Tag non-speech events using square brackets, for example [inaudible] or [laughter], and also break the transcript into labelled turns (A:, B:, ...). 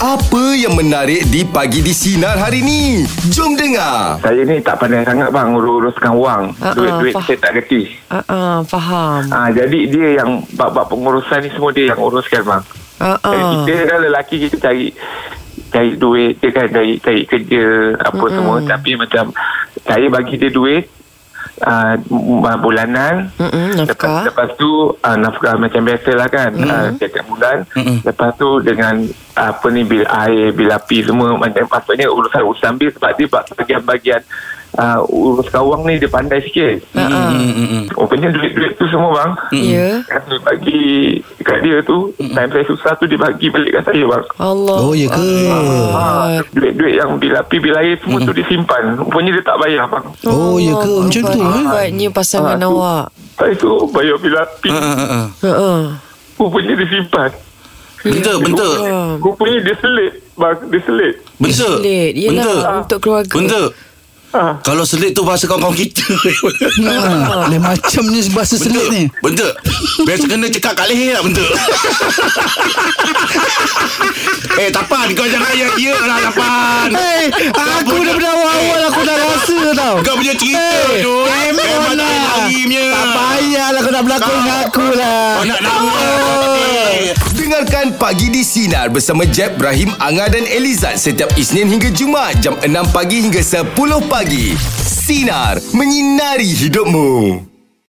A: Apa yang menarik di pagi di sinar hari ni? Jom dengar.
B: Saya ni tak pandai sangat bang urus-uruskan wang.
C: Ah, ah,
B: Duit-duit
C: fah-
B: saya tak reti.
C: Ah, uh-uh, faham.
B: Ah, jadi dia yang bab-bab pengurusan ni semua dia yang uruskan bang.
C: Ah,
B: Uh.
C: uh-uh.
B: Kita kan lelaki kita cari cari duit dia kan cari, cari kerja apa mm-hmm. semua tapi macam saya bagi dia duit uh, bulanan
C: Mm-mm,
B: lepas,
C: nafkah.
B: lepas tu uh, nafkah macam biasalah kan uh, setiap bulan lepas tu dengan ah, apa ni bil air bil api semua macam maksudnya urusan urusan bil sebab dia bagian-bagian uh, urus kawang ni dia pandai sikit
C: Ah,
D: Hmm, hmm, hmm.
B: rupanya duit-duit tu semua bang
C: ah. Ya.
B: yang dia bagi kat dia tu time saya susah tu dia bagi balik kat saya bang
C: Allah.
D: Oh, ya ke?
B: Ah,
C: Akbar.
B: duit-duit yang bila api bila air semua tu disimpan rupanya dia tak bayar bang
D: Oh, ya ke?
C: Allah,
D: Macam tu, eh?
C: Hebatnya pasangan
B: Ah, tu.
C: awak. Uh-uh.
B: saya tu bayar bila api
D: Ah, ah, ah, ah.
C: Heeh.
B: rupanya disimpan
D: Bentuk, bentuk.
C: Faham.
B: rupanya dia selit bang dia selit
D: Bentuk.
C: Pelik. Yelah,
D: Bentuk.
C: untuk keluarga.
D: Bentuk.
B: ah.
D: Kalau selit tu bahasa kawan-kawan [laughs] kita. Ah.
E: Ha, lain macam ni
D: bentuk.
E: bahasa selit ni.
D: Bentuk. Biasa kena cekak kat leher lah bentuk. [laughs] eh, tapan. Kau jangan ayat dia lah, tapan.
E: Hey, aku daripada awal-awal aku dah rasa tau.
D: Kau punya cerita
E: Hey,
D: tu.
E: memang
D: Memang tak ada
E: lah.
D: lari punya.
E: Tak payahlah kau nak berlakon dengan aku lah.
D: Kau nak lari. Eh,
A: Dengarkan Pagi di Sinar bersama Jeb, Ibrahim, Anga dan Elizad setiap Isnin hingga Jumaat jam 6 pagi hingga 10 pagi. Sinar, menyinari hidupmu.